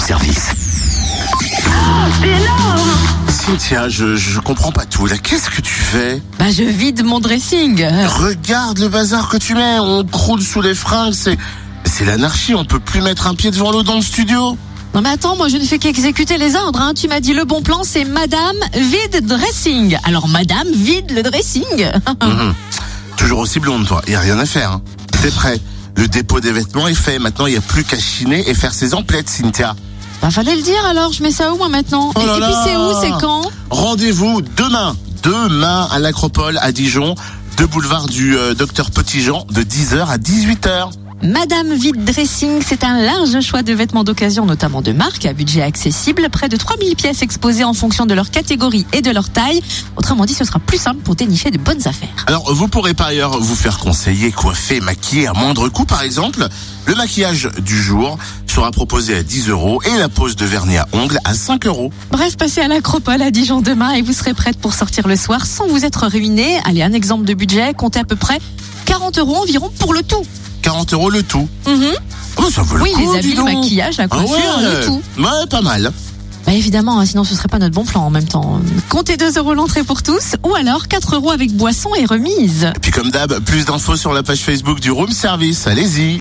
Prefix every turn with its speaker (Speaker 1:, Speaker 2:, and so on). Speaker 1: service.
Speaker 2: Oh, C'est énorme
Speaker 1: Cynthia, je, je comprends pas tout. Là, qu'est-ce que tu fais
Speaker 3: Bah je vide mon dressing.
Speaker 1: Regarde le bazar que tu mets. On croule sous les fringues. C'est, c'est l'anarchie. On peut plus mettre un pied devant l'eau dans le studio.
Speaker 3: Non mais attends, moi je ne fais qu'exécuter les ordres. hein. Tu m'as dit le bon plan, c'est Madame vide dressing. Alors Madame vide le dressing.
Speaker 1: Mhm. Toujours aussi blonde, toi. Y a rien à faire. hein. T'es prêt. Le dépôt des vêtements est fait. Maintenant, il y a plus qu'à chiner et faire ses emplettes, Cynthia.
Speaker 3: bah fallait le dire alors. Je mets ça où moi maintenant
Speaker 1: Oh
Speaker 3: Et-
Speaker 1: là
Speaker 3: Et puis
Speaker 1: là
Speaker 3: c'est où C'est quand
Speaker 1: Rendez-vous demain, demain à l'Acropole à Dijon, de boulevard du euh, docteur Petitjean, de 10h à 18h.
Speaker 3: Madame Vide Dressing, c'est un large choix de vêtements d'occasion, notamment de marques, à budget accessible. Près de 3000 pièces exposées en fonction de leur catégorie et de leur taille. Autrement dit, ce sera plus simple pour dénicher de bonnes affaires.
Speaker 1: Alors, vous pourrez par ailleurs vous faire conseiller, coiffer, maquiller à moindre coût, par exemple. Le maquillage du jour sera proposé à 10 euros et la pose de vernis à ongles à 5 euros.
Speaker 3: Bref, passez à l'Acropole à Dijon demain et vous serez prête pour sortir le soir sans vous être ruiné. Allez, un exemple de budget, comptez à peu près 40 euros environ pour le tout.
Speaker 1: 40 euros le tout.
Speaker 3: Mhm.
Speaker 1: Oh, ça vaut
Speaker 3: Oui,
Speaker 1: le coup,
Speaker 3: les
Speaker 1: dis
Speaker 3: habits, le
Speaker 1: donc.
Speaker 3: maquillage, la
Speaker 1: Ah
Speaker 3: coiffure,
Speaker 1: ouais.
Speaker 3: le tout.
Speaker 1: Ouais, pas mal.
Speaker 3: Bah évidemment, hein, sinon ce serait pas notre bon plan en même temps. Comptez 2 euros l'entrée pour tous ou alors 4 euros avec boisson et remise.
Speaker 1: Et puis comme d'hab, plus d'infos sur la page Facebook du Room Service. Allez-y.